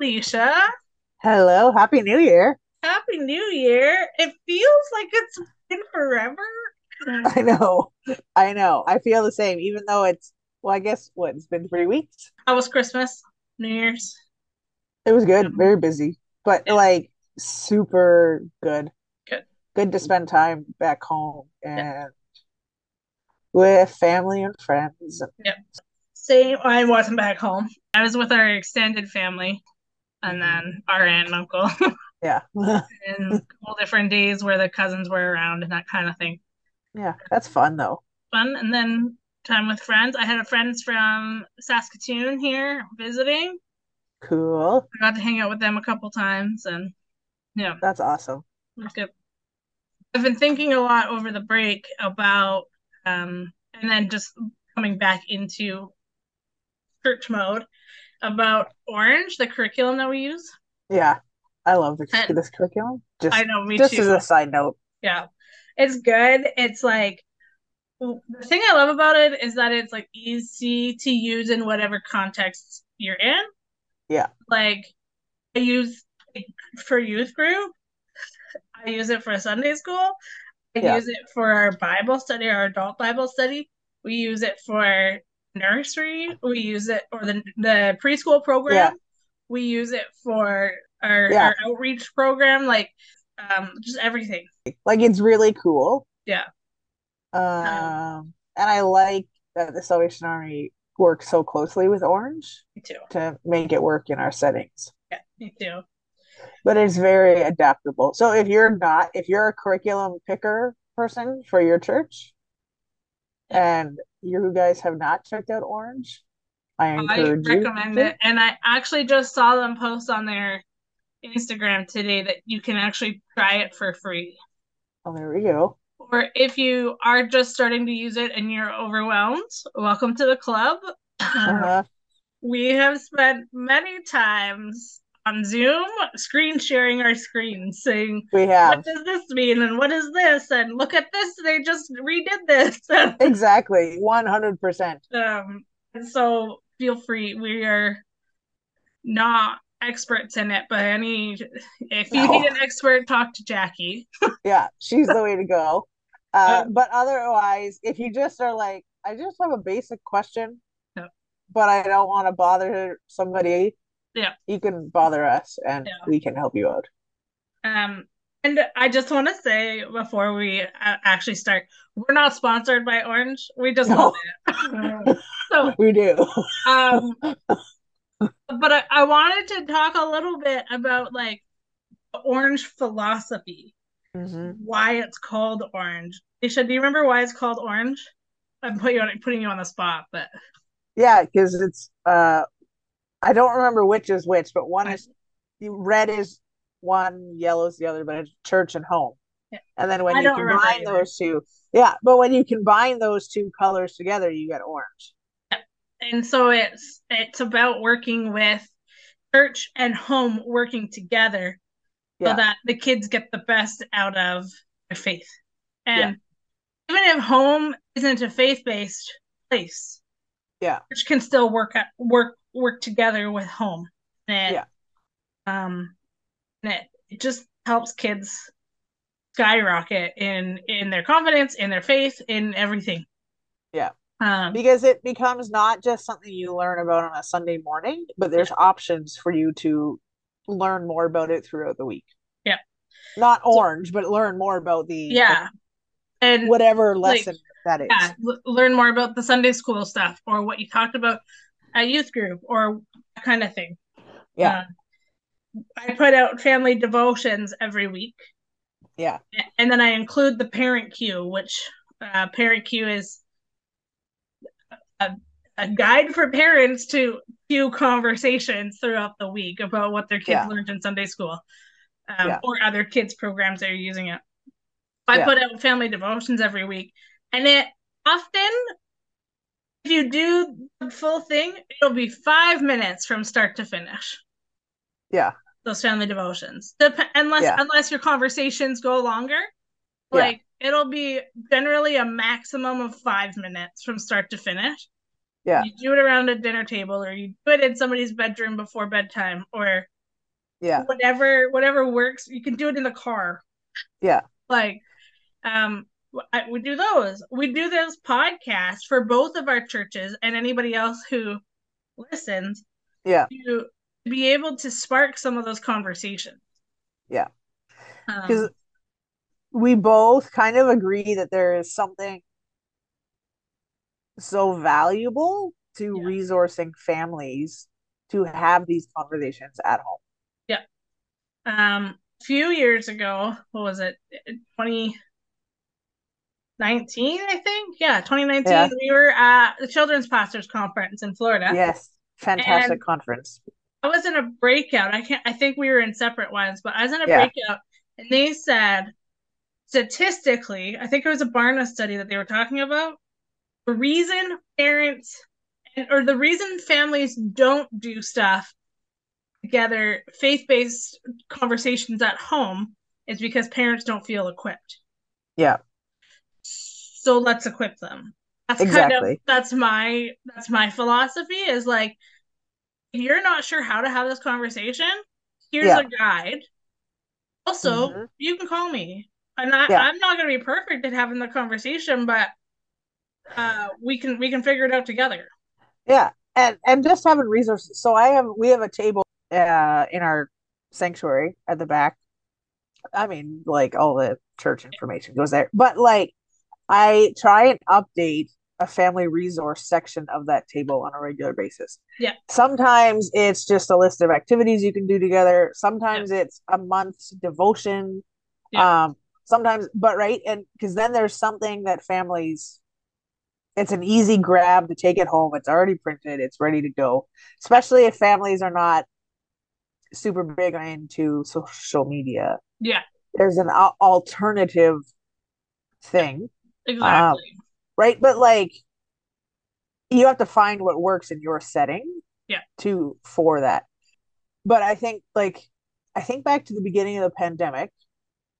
Keisha. Hello, happy new year. Happy New Year. It feels like it's been forever. I know. I know. I feel the same, even though it's well, I guess what, it's been three weeks. How was Christmas? New Year's? It was good, very busy, but Mm-hmm. Yeah. like super good. Good. Good to spend time back home and with family and friends. Same. I wasn't back home. I was with our extended family and then our aunt and uncle Yeah. and all different days where the cousins were around and that kind of thing. Yeah, that's fun though. Fun. And then time with friends. I had friends from Saskatoon here visiting. Cool. I got to hang out with them a couple times and yeah. That's awesome. That's good. I've been thinking a lot over the break about um and then just coming back into church mode about Orange, the curriculum that we use. Yeah. I love the, And- this curriculum. Just I know, me just too. as a side note. Yeah. It's good. It's like the thing I love about it is that it's like easy to use in whatever context you're in. Yeah. Like I use it for youth group. I use it for Sunday school. I Yeah. use it for our Bible study, our adult Bible study. We use it for nursery. We use it or the the preschool program. Yeah. We use it for our, Yeah. our outreach program, like um just everything. like it's really cool. Yeah. Um, and I like that the Salvation Army works so closely with Orange Me too. to make it work in our settings. Yeah, me too. But it's very adaptable. So if you're not, if you're a curriculum picker person for your church, and you guys have not checked out Orange, I I encourage you. recommend to. it. And I actually just saw them post on their Instagram today that you can actually try it for free. Oh, there we go. Or if you are just starting to use it and you're overwhelmed, welcome to the club. Um, Uh-huh. We have spent many times on Zoom screen sharing our screens saying, We have What does this mean? And what is this? And look at this. They just redid this. exactly 100%. Um, and so feel free. We are not experts in it, but any if you need an expert, talk to Jackie. Yeah, she's the way to go. Uh, Um, but otherwise, if you just are like, I just have a basic question, Yep. but I don't want to bother somebody, Yeah. you can bother us and Yeah. we can help you out. Um, and I just want to say before we uh, actually start, we're not sponsored by Orange. We just love it. so, We do. um, but I, I wanted to talk a little bit about like Orange philosophy, Mhm. why it's called Orange. Isha, do you remember why it's called Orange? I'm putting you on, putting you on the spot, but Yeah, because it's uh, I don't remember which is which, but one I- is red is one, yellow's the other, but it's church and home. Yeah. And then when I you don't remember combine either. those two, yeah, but when you combine those two colors together, you get orange. and so it's it's about working with church and home working together Yeah. so that the kids get the best out of their faith and even if home isn't a faith-based place Yeah. church can still work at, work work together with home and it, um and it, it just helps kids skyrocket in in their confidence in their faith in everything Yeah. um because it becomes not just something you learn about on a Sunday morning, but there's options for you to learn more about it throughout the week. Yeah. Not orange, but learn more about the yeah and whatever like, lesson that is. yeah, l- learn more about the Sunday school stuff or what you talked about at youth group or that kind of thing. Yeah. Uh, I put out family devotions every week, Yeah. a- and then I include the parent cue, which uh, parent cue is a, a guide for parents to cue conversations throughout the week about what their kids Yeah. learned in Sunday school um, Yeah. or other kids programs that are using it. I Yeah. put out family devotions every week, and it often, if you do the full thing, it'll be five minutes from start to finish. Yeah. Those family devotions, Dep- unless Yeah. unless your conversations go longer, Yeah. like it'll be generally a maximum of five minutes from start to finish. Yeah. You do it around a dinner table, or you do it in somebody's bedroom before bedtime, or yeah whatever whatever works you can do it in the car yeah like um I, we do those we do those podcasts for both of our churches and anybody else who listens yeah to be able to spark some of those conversations yeah because um, we both kind of agree that there is something so valuable to yeah. resourcing families to have these conversations at home yeah um a few years ago what was it 20 19 i think yeah 2019 yeah. we were at the children's pastors conference in florida yes fantastic and conference i was in a breakout i can't i think we were in separate ones but i was in a yeah. breakout and they said statistically i think it was a barna study that they were talking about the reason parents or the reason families don't do stuff together faith-based conversations at home is because parents don't feel equipped yeah so let's equip them that's exactly. kind of that's my that's my philosophy is like if you're not sure how to have this conversation here's yeah. a guide also mm-hmm. you can call me and I, yeah. i'm not going to be perfect at having the conversation but uh we can we can figure it out together yeah and and just having resources so i have we have a table uh in our sanctuary at the back i mean like all the church information goes there but like I try and update a family resource section of that table on a regular basis. Yeah. Sometimes it's just a list of activities you can do together. Sometimes yeah. it's a month's devotion. Yeah. Um sometimes but right and cuz then there's something that families it's an easy grab to take it home. It's already printed, it's ready to go. Especially if families are not super big into social media. Yeah. There's an a- alternative thing. Exactly. Um, right, but like you have to find what works in your setting. Yeah. To for that. But I think like I think back to the beginning of the pandemic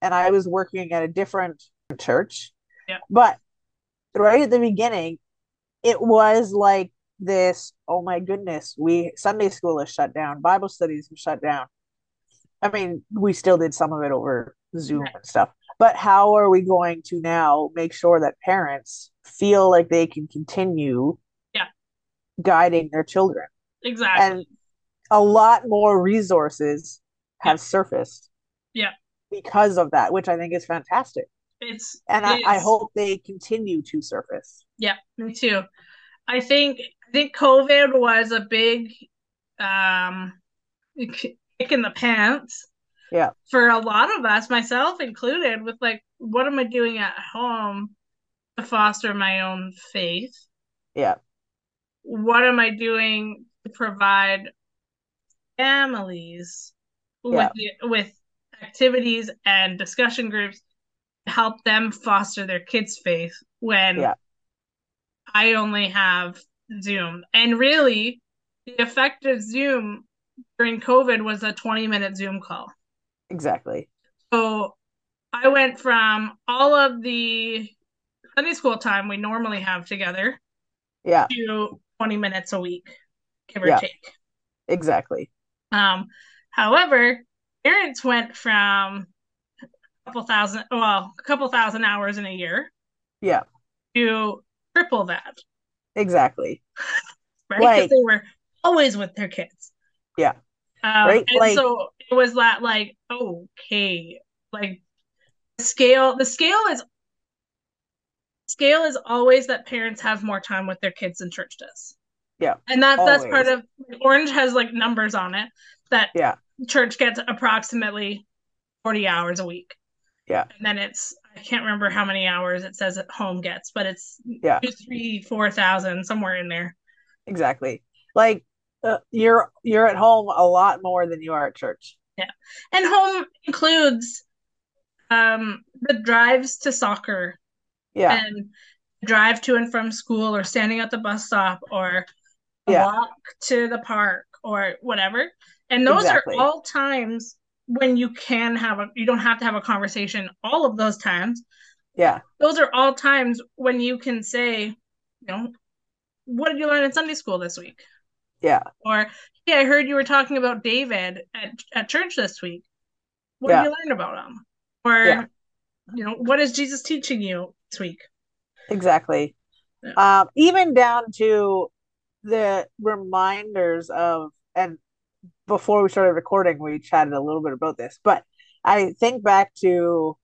and I was working at a different church. Yeah. But right at the beginning it was like this, oh my goodness, we Sunday school is shut down, Bible studies are shut down. I mean, we still did some of it over Zoom right. and stuff but how are we going to now make sure that parents feel like they can continue yeah. guiding their children exactly and a lot more resources have yeah. surfaced yeah because of that which i think is fantastic it's and it I, I, hope they continue to surface yeah me too i think i think covid was a big um kick in the pants yeah for a lot of us myself included with like what am i doing at home to foster my own faith yeah what am i doing to provide families yeah. with with activities and discussion groups to help them foster their kids faith when yeah. i only have zoom and really the effect of zoom during covid was a 20 minute zoom call Exactly. So I went from all of the Sunday school time we normally have together. Yeah. To 20 minutes a week, give or yeah. take. Exactly. Um, however, parents went from a couple thousand, well, a couple thousand hours in a year. Yeah. To triple that. Exactly. Right. Like, they were always with their kids. Yeah. Um, right? And like, so it was that like okay, like the scale. The scale is scale is always that parents have more time with their kids than church does. Yeah, and that's that's part of Orange has like numbers on it that yeah church gets approximately forty hours a week. Yeah, and then it's I can't remember how many hours it says at home gets, but it's yeah two, three, four thousand somewhere in there. Exactly. Like uh, you're you're at home a lot more than you are at church. Yeah, and home includes um the drives to soccer. Yeah, and drive to and from school, or standing at the bus stop, or yeah. walk to the park, or whatever. And those exactly. are all times when you can have a you don't have to have a conversation. All of those times. Yeah, those are all times when you can say, you know, what did you learn in Sunday school this week? Yeah. Or I heard you were talking about David at, at church this week. What Yeah. did you learn about him? Or, Yeah. you know, what is Jesus teaching you this week? Exactly. Um, even down to the reminders of, and before we started recording, we chatted a little bit about this, but I think back to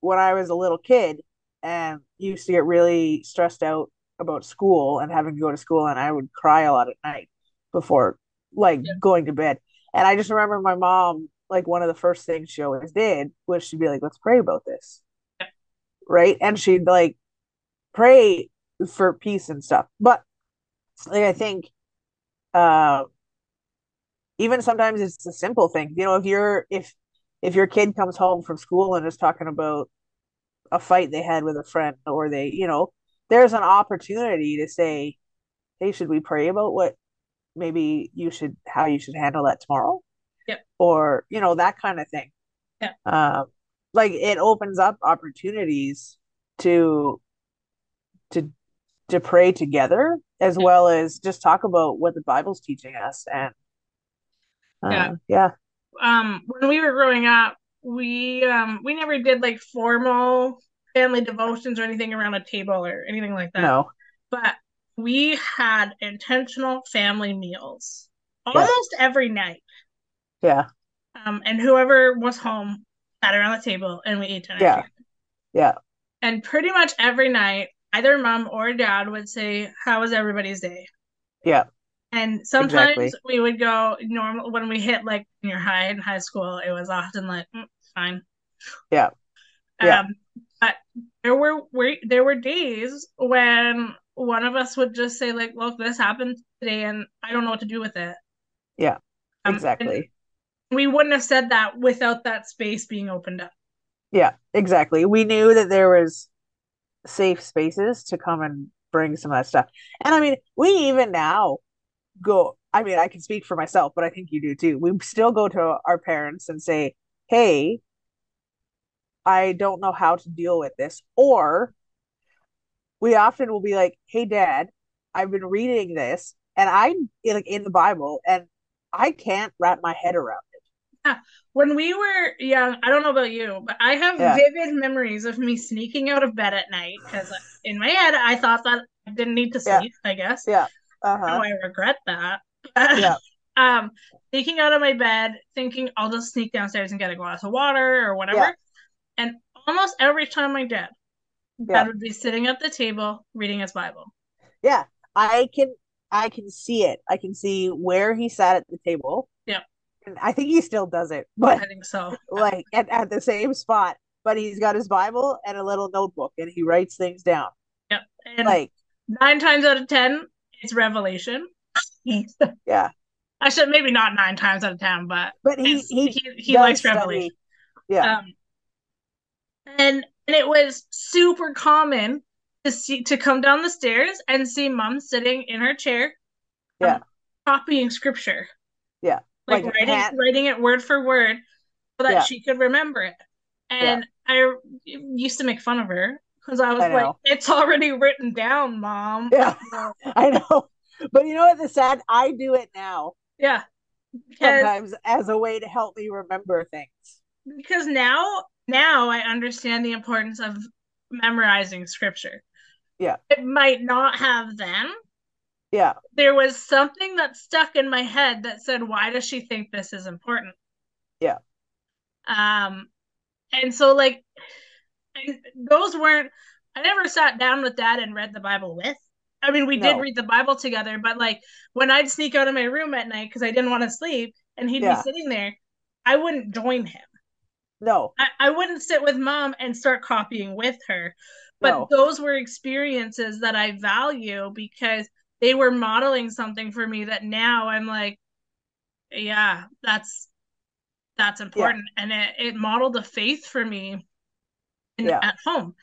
when I was a little kid and used to get really stressed out about school and having to go to school, and I would cry a lot at night before like Yeah. going to bed. And I just remember my mom, like one of the first things she always did was she'd be like, let's pray about this. Yeah. Right. And she'd like pray for peace and stuff. But like I think uh even sometimes it's a simple thing. You know, if you're if if your kid comes home from school and is talking about a fight they had with a friend or they, you know, there's an opportunity to say, Hey, should we pray about what maybe you should how you should handle that tomorrow? Yep. Or, you know, that kind of thing. Yeah. Um like it opens up opportunities to to to pray together as Yeah. well as just talk about what the Bible's teaching us and uh, Yeah. yeah um when we were growing up we um we never did like formal family devotions or anything around a table or anything like that no but we had intentional family meals Yeah. almost every night yeah um and whoever was home sat around the table and we ate dinner Yeah. together. Yeah. and pretty much every night either mom or dad would say how was everybody's day Yeah. and sometimes Exactly. we would go normal when we hit like junior high and high school, it was often like mm, fine. Yeah. Yeah. Um, but there were, were there were days when one of us would just say like, "Look, this happened today, and I don't know what to do with it." Yeah, Um, and exactly we wouldn't have said that without that space being opened up. yeah exactly we knew that there was safe spaces to come and bring some of that stuff and i mean we even now go i mean i can speak for myself but i think you do too we still go to our parents and say hey i don't know how to deal with this or we often will be like, "Hey, Dad, I've been reading this, and I'm like in the Bible, and I can't wrap my head around it." When we were young, I don't know about you, but I have Yeah. vivid memories of me sneaking out of bed at night because in my head I thought that I didn't need to Yeah. sleep. I guess. Uh Oh, huh. I regret that. Yeah. Um, sneaking out of my bed, thinking I'll just sneak downstairs and get a glass of water or whatever. Yeah. And almost every time I did, Yeah. Dad would be sitting at the table reading his Bible. Yeah. I can, I can see it. I can see where he sat at the table. Yeah. And I think he still does it, I but think so. like at, at the same spot. But he's got his Bible and a little notebook, and he writes things down. Yep. And Like, nine times out of ten, it's Revelation. yeah. I should maybe not nine times out of ten, but But he it's- he he, he does likes study- Revelation. Yeah. Um, and and it was super common to see to come down the stairs and see mom sitting in her chair, um, Yeah. copying scripture, Yeah. like, Like a writing hat. writing it word for word, so that Yeah. she could remember it. And I used to make fun of her because I was I like, know. "It's already written down, mom." Yeah. I know. But you know what the sad I do it now yeah, because sometimes as a way to help me remember things. because now now I understand the importance of memorizing scripture. Yeah. It might not have then. Yeah. There was something that stuck in my head that said, "Why does she think this is important?" Yeah. Um, and so like, and those weren't. I never sat down with dad and read the Bible with. I mean, we did No. read the Bible together, but like when I'd sneak out of my room at night because I didn't want to sleep, and he'd Yeah. be sitting there, I wouldn't join him. No. I, I wouldn't sit with mom and start copying with her. But No. those were experiences that I value because they were modeling something for me that now I'm like, yeah, that's that's important. And it, it modeled a faith for me in, Yeah. at home.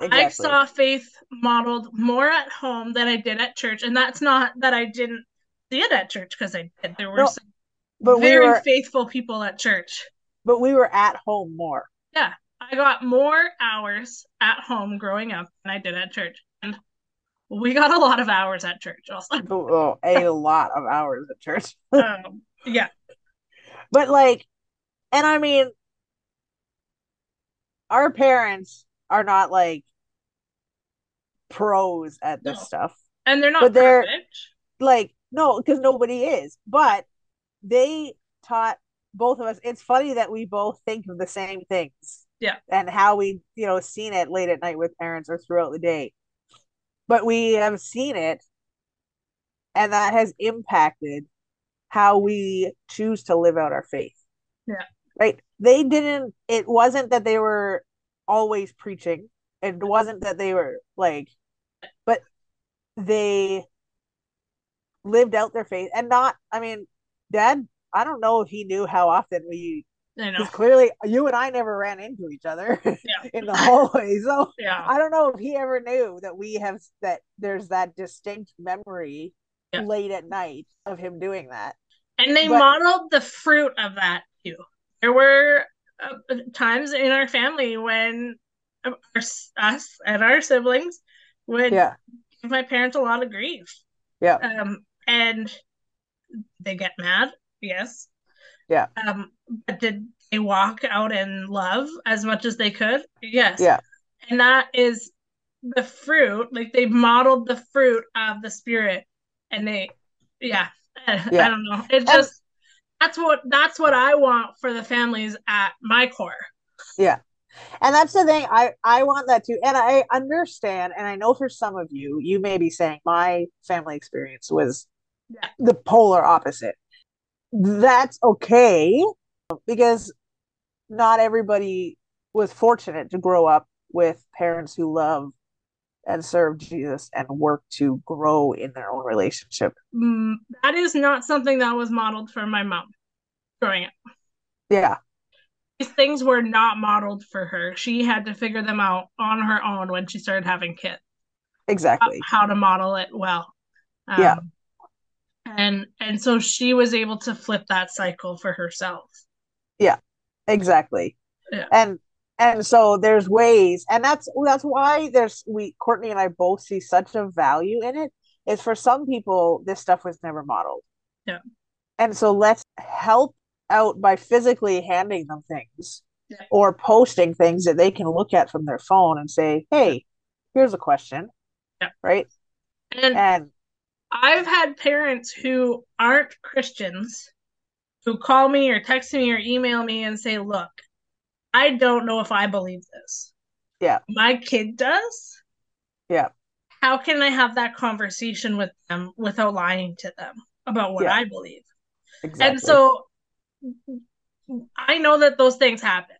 I Exactly. saw faith modeled more at home than I did at church. And that's not that I didn't see it at church because I did. There were No, some But we very were faithful people at church. but we were at home more. Yeah, I got more hours at home growing up than I did at church. And we got a lot of hours at church also oh, a lot of hours at church um, yeah but like and i mean our parents are not like pros at this No. stuff and they're not But they're- perfect. like no because nobody is but they taught both of us it's funny that we both think of the same things Yeah. and how we you know seen it late at night with parents or throughout the day but we have seen it and that has impacted how we choose to live out our faith Yeah. right they didn't it wasn't that they were always preaching it wasn't that they were like but they lived out their faith and not i mean dad i don't know if he knew how often we you know 'cause clearly you and i never ran into each other Yeah. in the hallway so yeah i don't know if he ever knew that we have that there's that distinct memory Yeah. late at night of him doing that And they But- modeled the fruit of that too. There were uh, times in our family when uh, our, us and our siblings would yeah give my parents a lot of grief. Yeah. Um, and they get mad, yes. Yeah. Um, but did they walk out in love as much as they could? Yes. Yeah. And that is the fruit, like they modeled the fruit of the spirit, and they, yeah, I Yeah. don't know. It just that's what that's what I want for the families at my core. and that's the thing i i want that too and i understand and i know for some of you you may be saying my family experience was Yeah. the polar opposite that's okay because not everybody was fortunate to grow up with parents who love and serve jesus and work to grow in their own relationship Mm, That is not something that was modeled for my mom growing up. yeah these things were not modeled for her. She had to figure them out on her own when she started having kids, exactly how to model it well. Um, Yeah. And and so she was able to flip that cycle for herself. exactly Yeah. and and so there's ways and that's that's why there's we courtney and i both see such a value in it is for some people this stuff was never modeled Yeah. and so let's help out by physically handing them things Yeah. or posting things that they can look at from their phone and say hey here's a question Yeah. right And and I've had parents who aren't Christians who call me or text me or email me and say, "Look, I don't know if I believe this. Yeah. My kid does. Yeah. How can I have that conversation with them without lying to them about what Yeah. I believe?" exactly. And so I know that those things happen.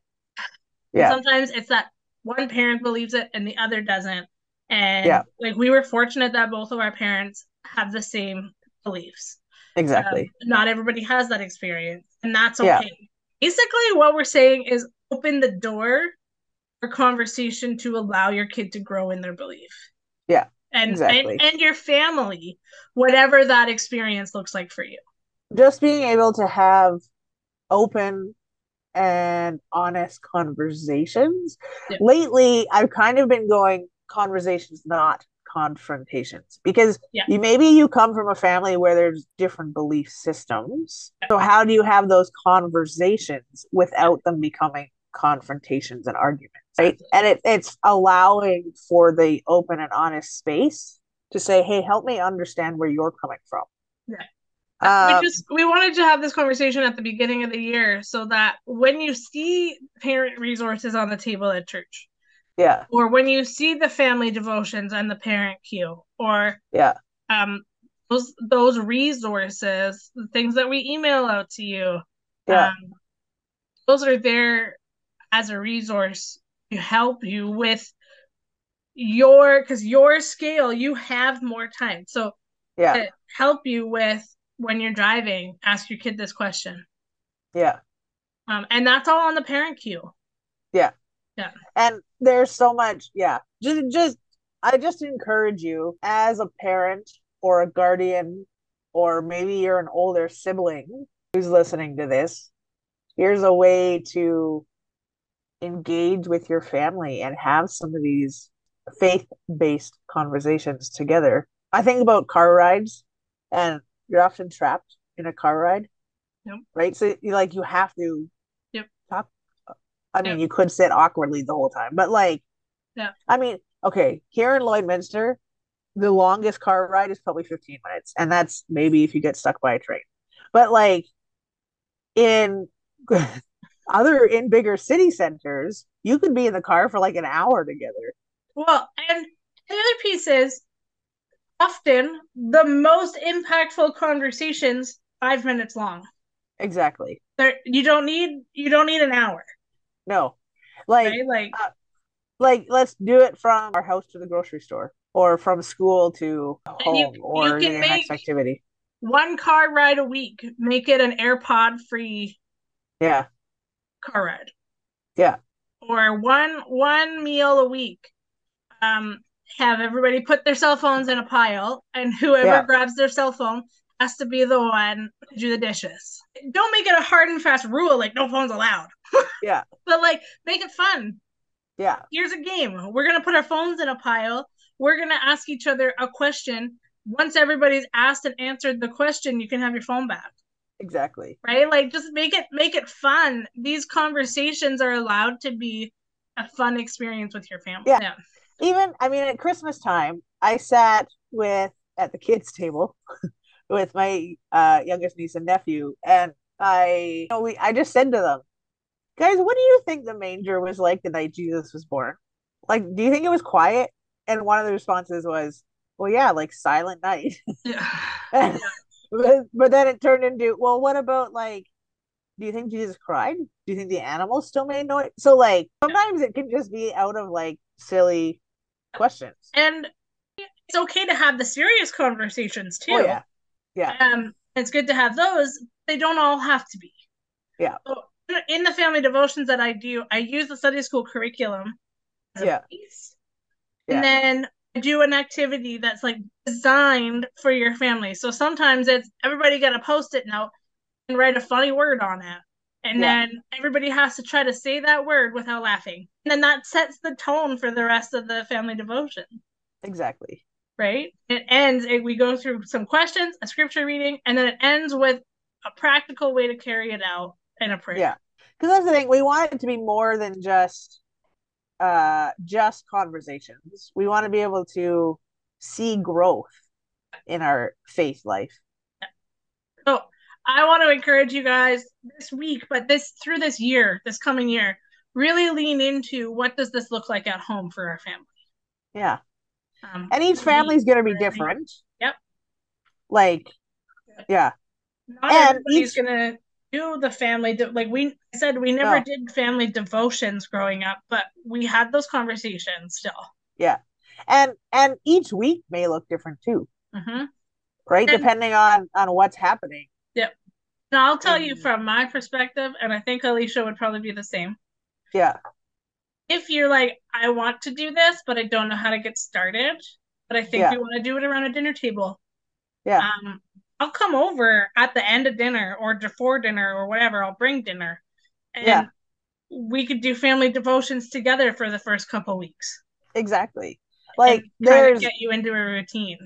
Yeah. Sometimes it's that one parent believes it and the other doesn't. And Yeah. like we were fortunate that both of our parents have the same beliefs. Um, exactly not everybody has that experience, and that's okay. Yeah. Basically, what we're saying is open the door for conversation to allow your kid to grow in their belief. Yeah, And exactly. and, and your family, whatever that experience looks like for you. just being able to have open and honest conversations. Yeah. Lately, I've kind of been going conversations, not confrontations, because Yeah. you maybe you come from a family where there's different belief systems. So how do you have those conversations without them becoming confrontations and arguments? Right. And it, it's allowing for the open and honest space to say, hey, help me understand where you're coming from. Yeah. Um, we just we wanted to have this conversation at the beginning of the year so that when you see parent resources on the table at church yeah. or when you see the family devotions and the parent queue or Yeah. um those those resources the things that we email out to you Yeah. um, those are there as a resource to help you with your because your scale you have more time so Yeah. to help you with when you're driving ask your kid this question Yeah. um, and that's all on the parent queue and there's so much yeah just just i just encourage you as a parent or a guardian or maybe you're an older sibling who's listening to this here's a way to engage with your family and have some of these faith based conversations together. I think about car rides, and you're often trapped in a car ride, Yep. right? So you like you have to Yep. talk. I mean, Yep. you could sit awkwardly the whole time, but like, Yeah. I mean, okay, here in Lloydminster, the longest car ride is probably 15 minutes, and that's maybe if you get stuck by a train. But like in other in bigger city centers, you could be in the car for like an hour together. Well, and the other piece is often the most impactful conversations five minutes long. Exactly. There, you don't need you don't need an hour, No. Like right? Like like let's do it from our house to the grocery store or from school to home you- or you can your make- next activity. one car ride a week, make it an AirPod free Yeah. car ride. Yeah. Or one one meal a week. Um, have everybody put their cell phones in a pile, and whoever Yeah. grabs their cell phone has to be the one to do the dishes. Don't make it a hard and fast rule like no phones allowed. Yeah. But like make it fun. Yeah. Here's a game. We're gonna put our phones in a pile. We're gonna ask each other a question. Once everybody's asked and answered the question, you can have your phone back Exactly. right like just make it make it fun these conversations are allowed to be a fun experience with your family Yeah. Even I mean at Christmas time, I sat with at the kids table with my uh youngest niece and nephew and I you know, we I just said to them, "Guys, what do you think the manger was like the night Jesus was born? Like do you think it was quiet?" And one of the responses was, "Well, yeah, like silent night." yeah but, but then it turned into well what about like do you think jesus cried do you think the animals still made noise so like sometimes it can just be out of like silly questions and it's okay to have the serious conversations too oh yeah yeah um it's good to have those they don't all have to be Yeah. so in the family devotions that i do i use the sunday school curriculum as a Yeah. piece Yeah. and then I do an activity that's like designed for your family so sometimes it's everybody get a post-it note and write a funny word on it and Yeah. then everybody has to try to say that word without laughing and then that sets the tone for the rest of the family devotion exactly right? It ends, it, we go through some questions, a scripture reading, and then it ends with a practical way to carry it out and a prayer. yeah because that's the thing we want it to be more than just uh just conversations we want to be able to see growth in our faith life So I want to encourage you guys this week, but this through this year, this coming year, really lean into what does this look like at home for our family. yeah Um, and each family's gonna be Right. different Yep. like yeah not and everybody's each- gonna do the family de- like we I said we never No. did family devotions growing up, but we had those conversations still. and and each week may look different too hmm right And- depending on on what's happening And I'll tell you Mhm. from my perspective, and I think Alicia would probably be the same. yeah If you're like, I want to do this, but I don't know how to get started, but I think Yeah. we want to do it around a dinner table. Yeah. Um, I'll come over at the end of dinner or before dinner or whatever. I'll bring dinner, and Yeah. we could do family devotions together for the first couple weeks. exactly like and kind there's of get you into a routine.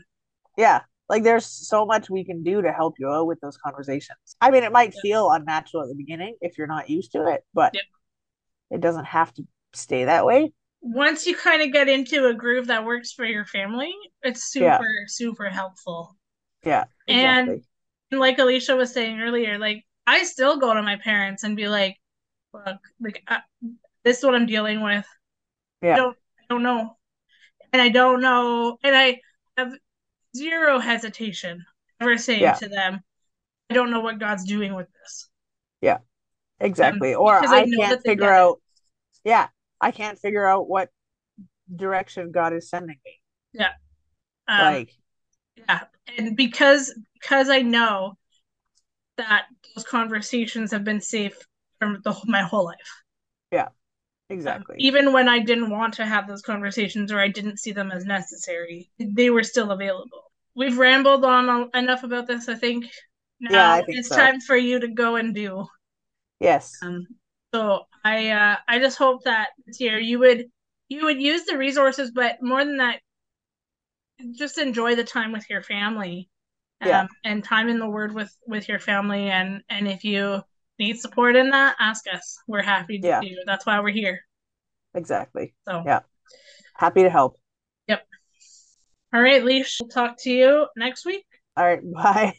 yeah like there's so much we can do to help you out with those conversations i mean it might feel unnatural at the beginning if you're not used to it but Yep. it doesn't have to stay that way Once you kind of get into a groove that works for your family, it's super, Yeah. super helpful. yeah And- exactly And like Alicia was saying earlier, like I still go to my parents and be like, "Look, like I, this is what I'm dealing with. Yeah. I don't, I don't know, and I don't know, and I have zero hesitation ever saying Yeah. to them, I don't know what God's doing with this. exactly or um, because I i know that can't they figure get it. out yeah i can't figure out what direction god is sending me Um, like yeah, and because because I know that those conversations have been safe from the my whole life. Um, exactly even when I didn't want to have those conversations or I didn't see them as necessary, they were still available. We've rambled on al- enough about this, I think. Now Yeah, I think it's so. time for you to go and do. yes Um, so I uh, I just hope that this year you would you would use the resources, but more than that, just enjoy the time with your family. Um, Yeah. and time in the word with with your family and and if you need support in that ask us we're happy to Yeah. do that's why we're here Exactly. so Yeah. Happy to help. all right leash we'll talk to you next week All right. Bye.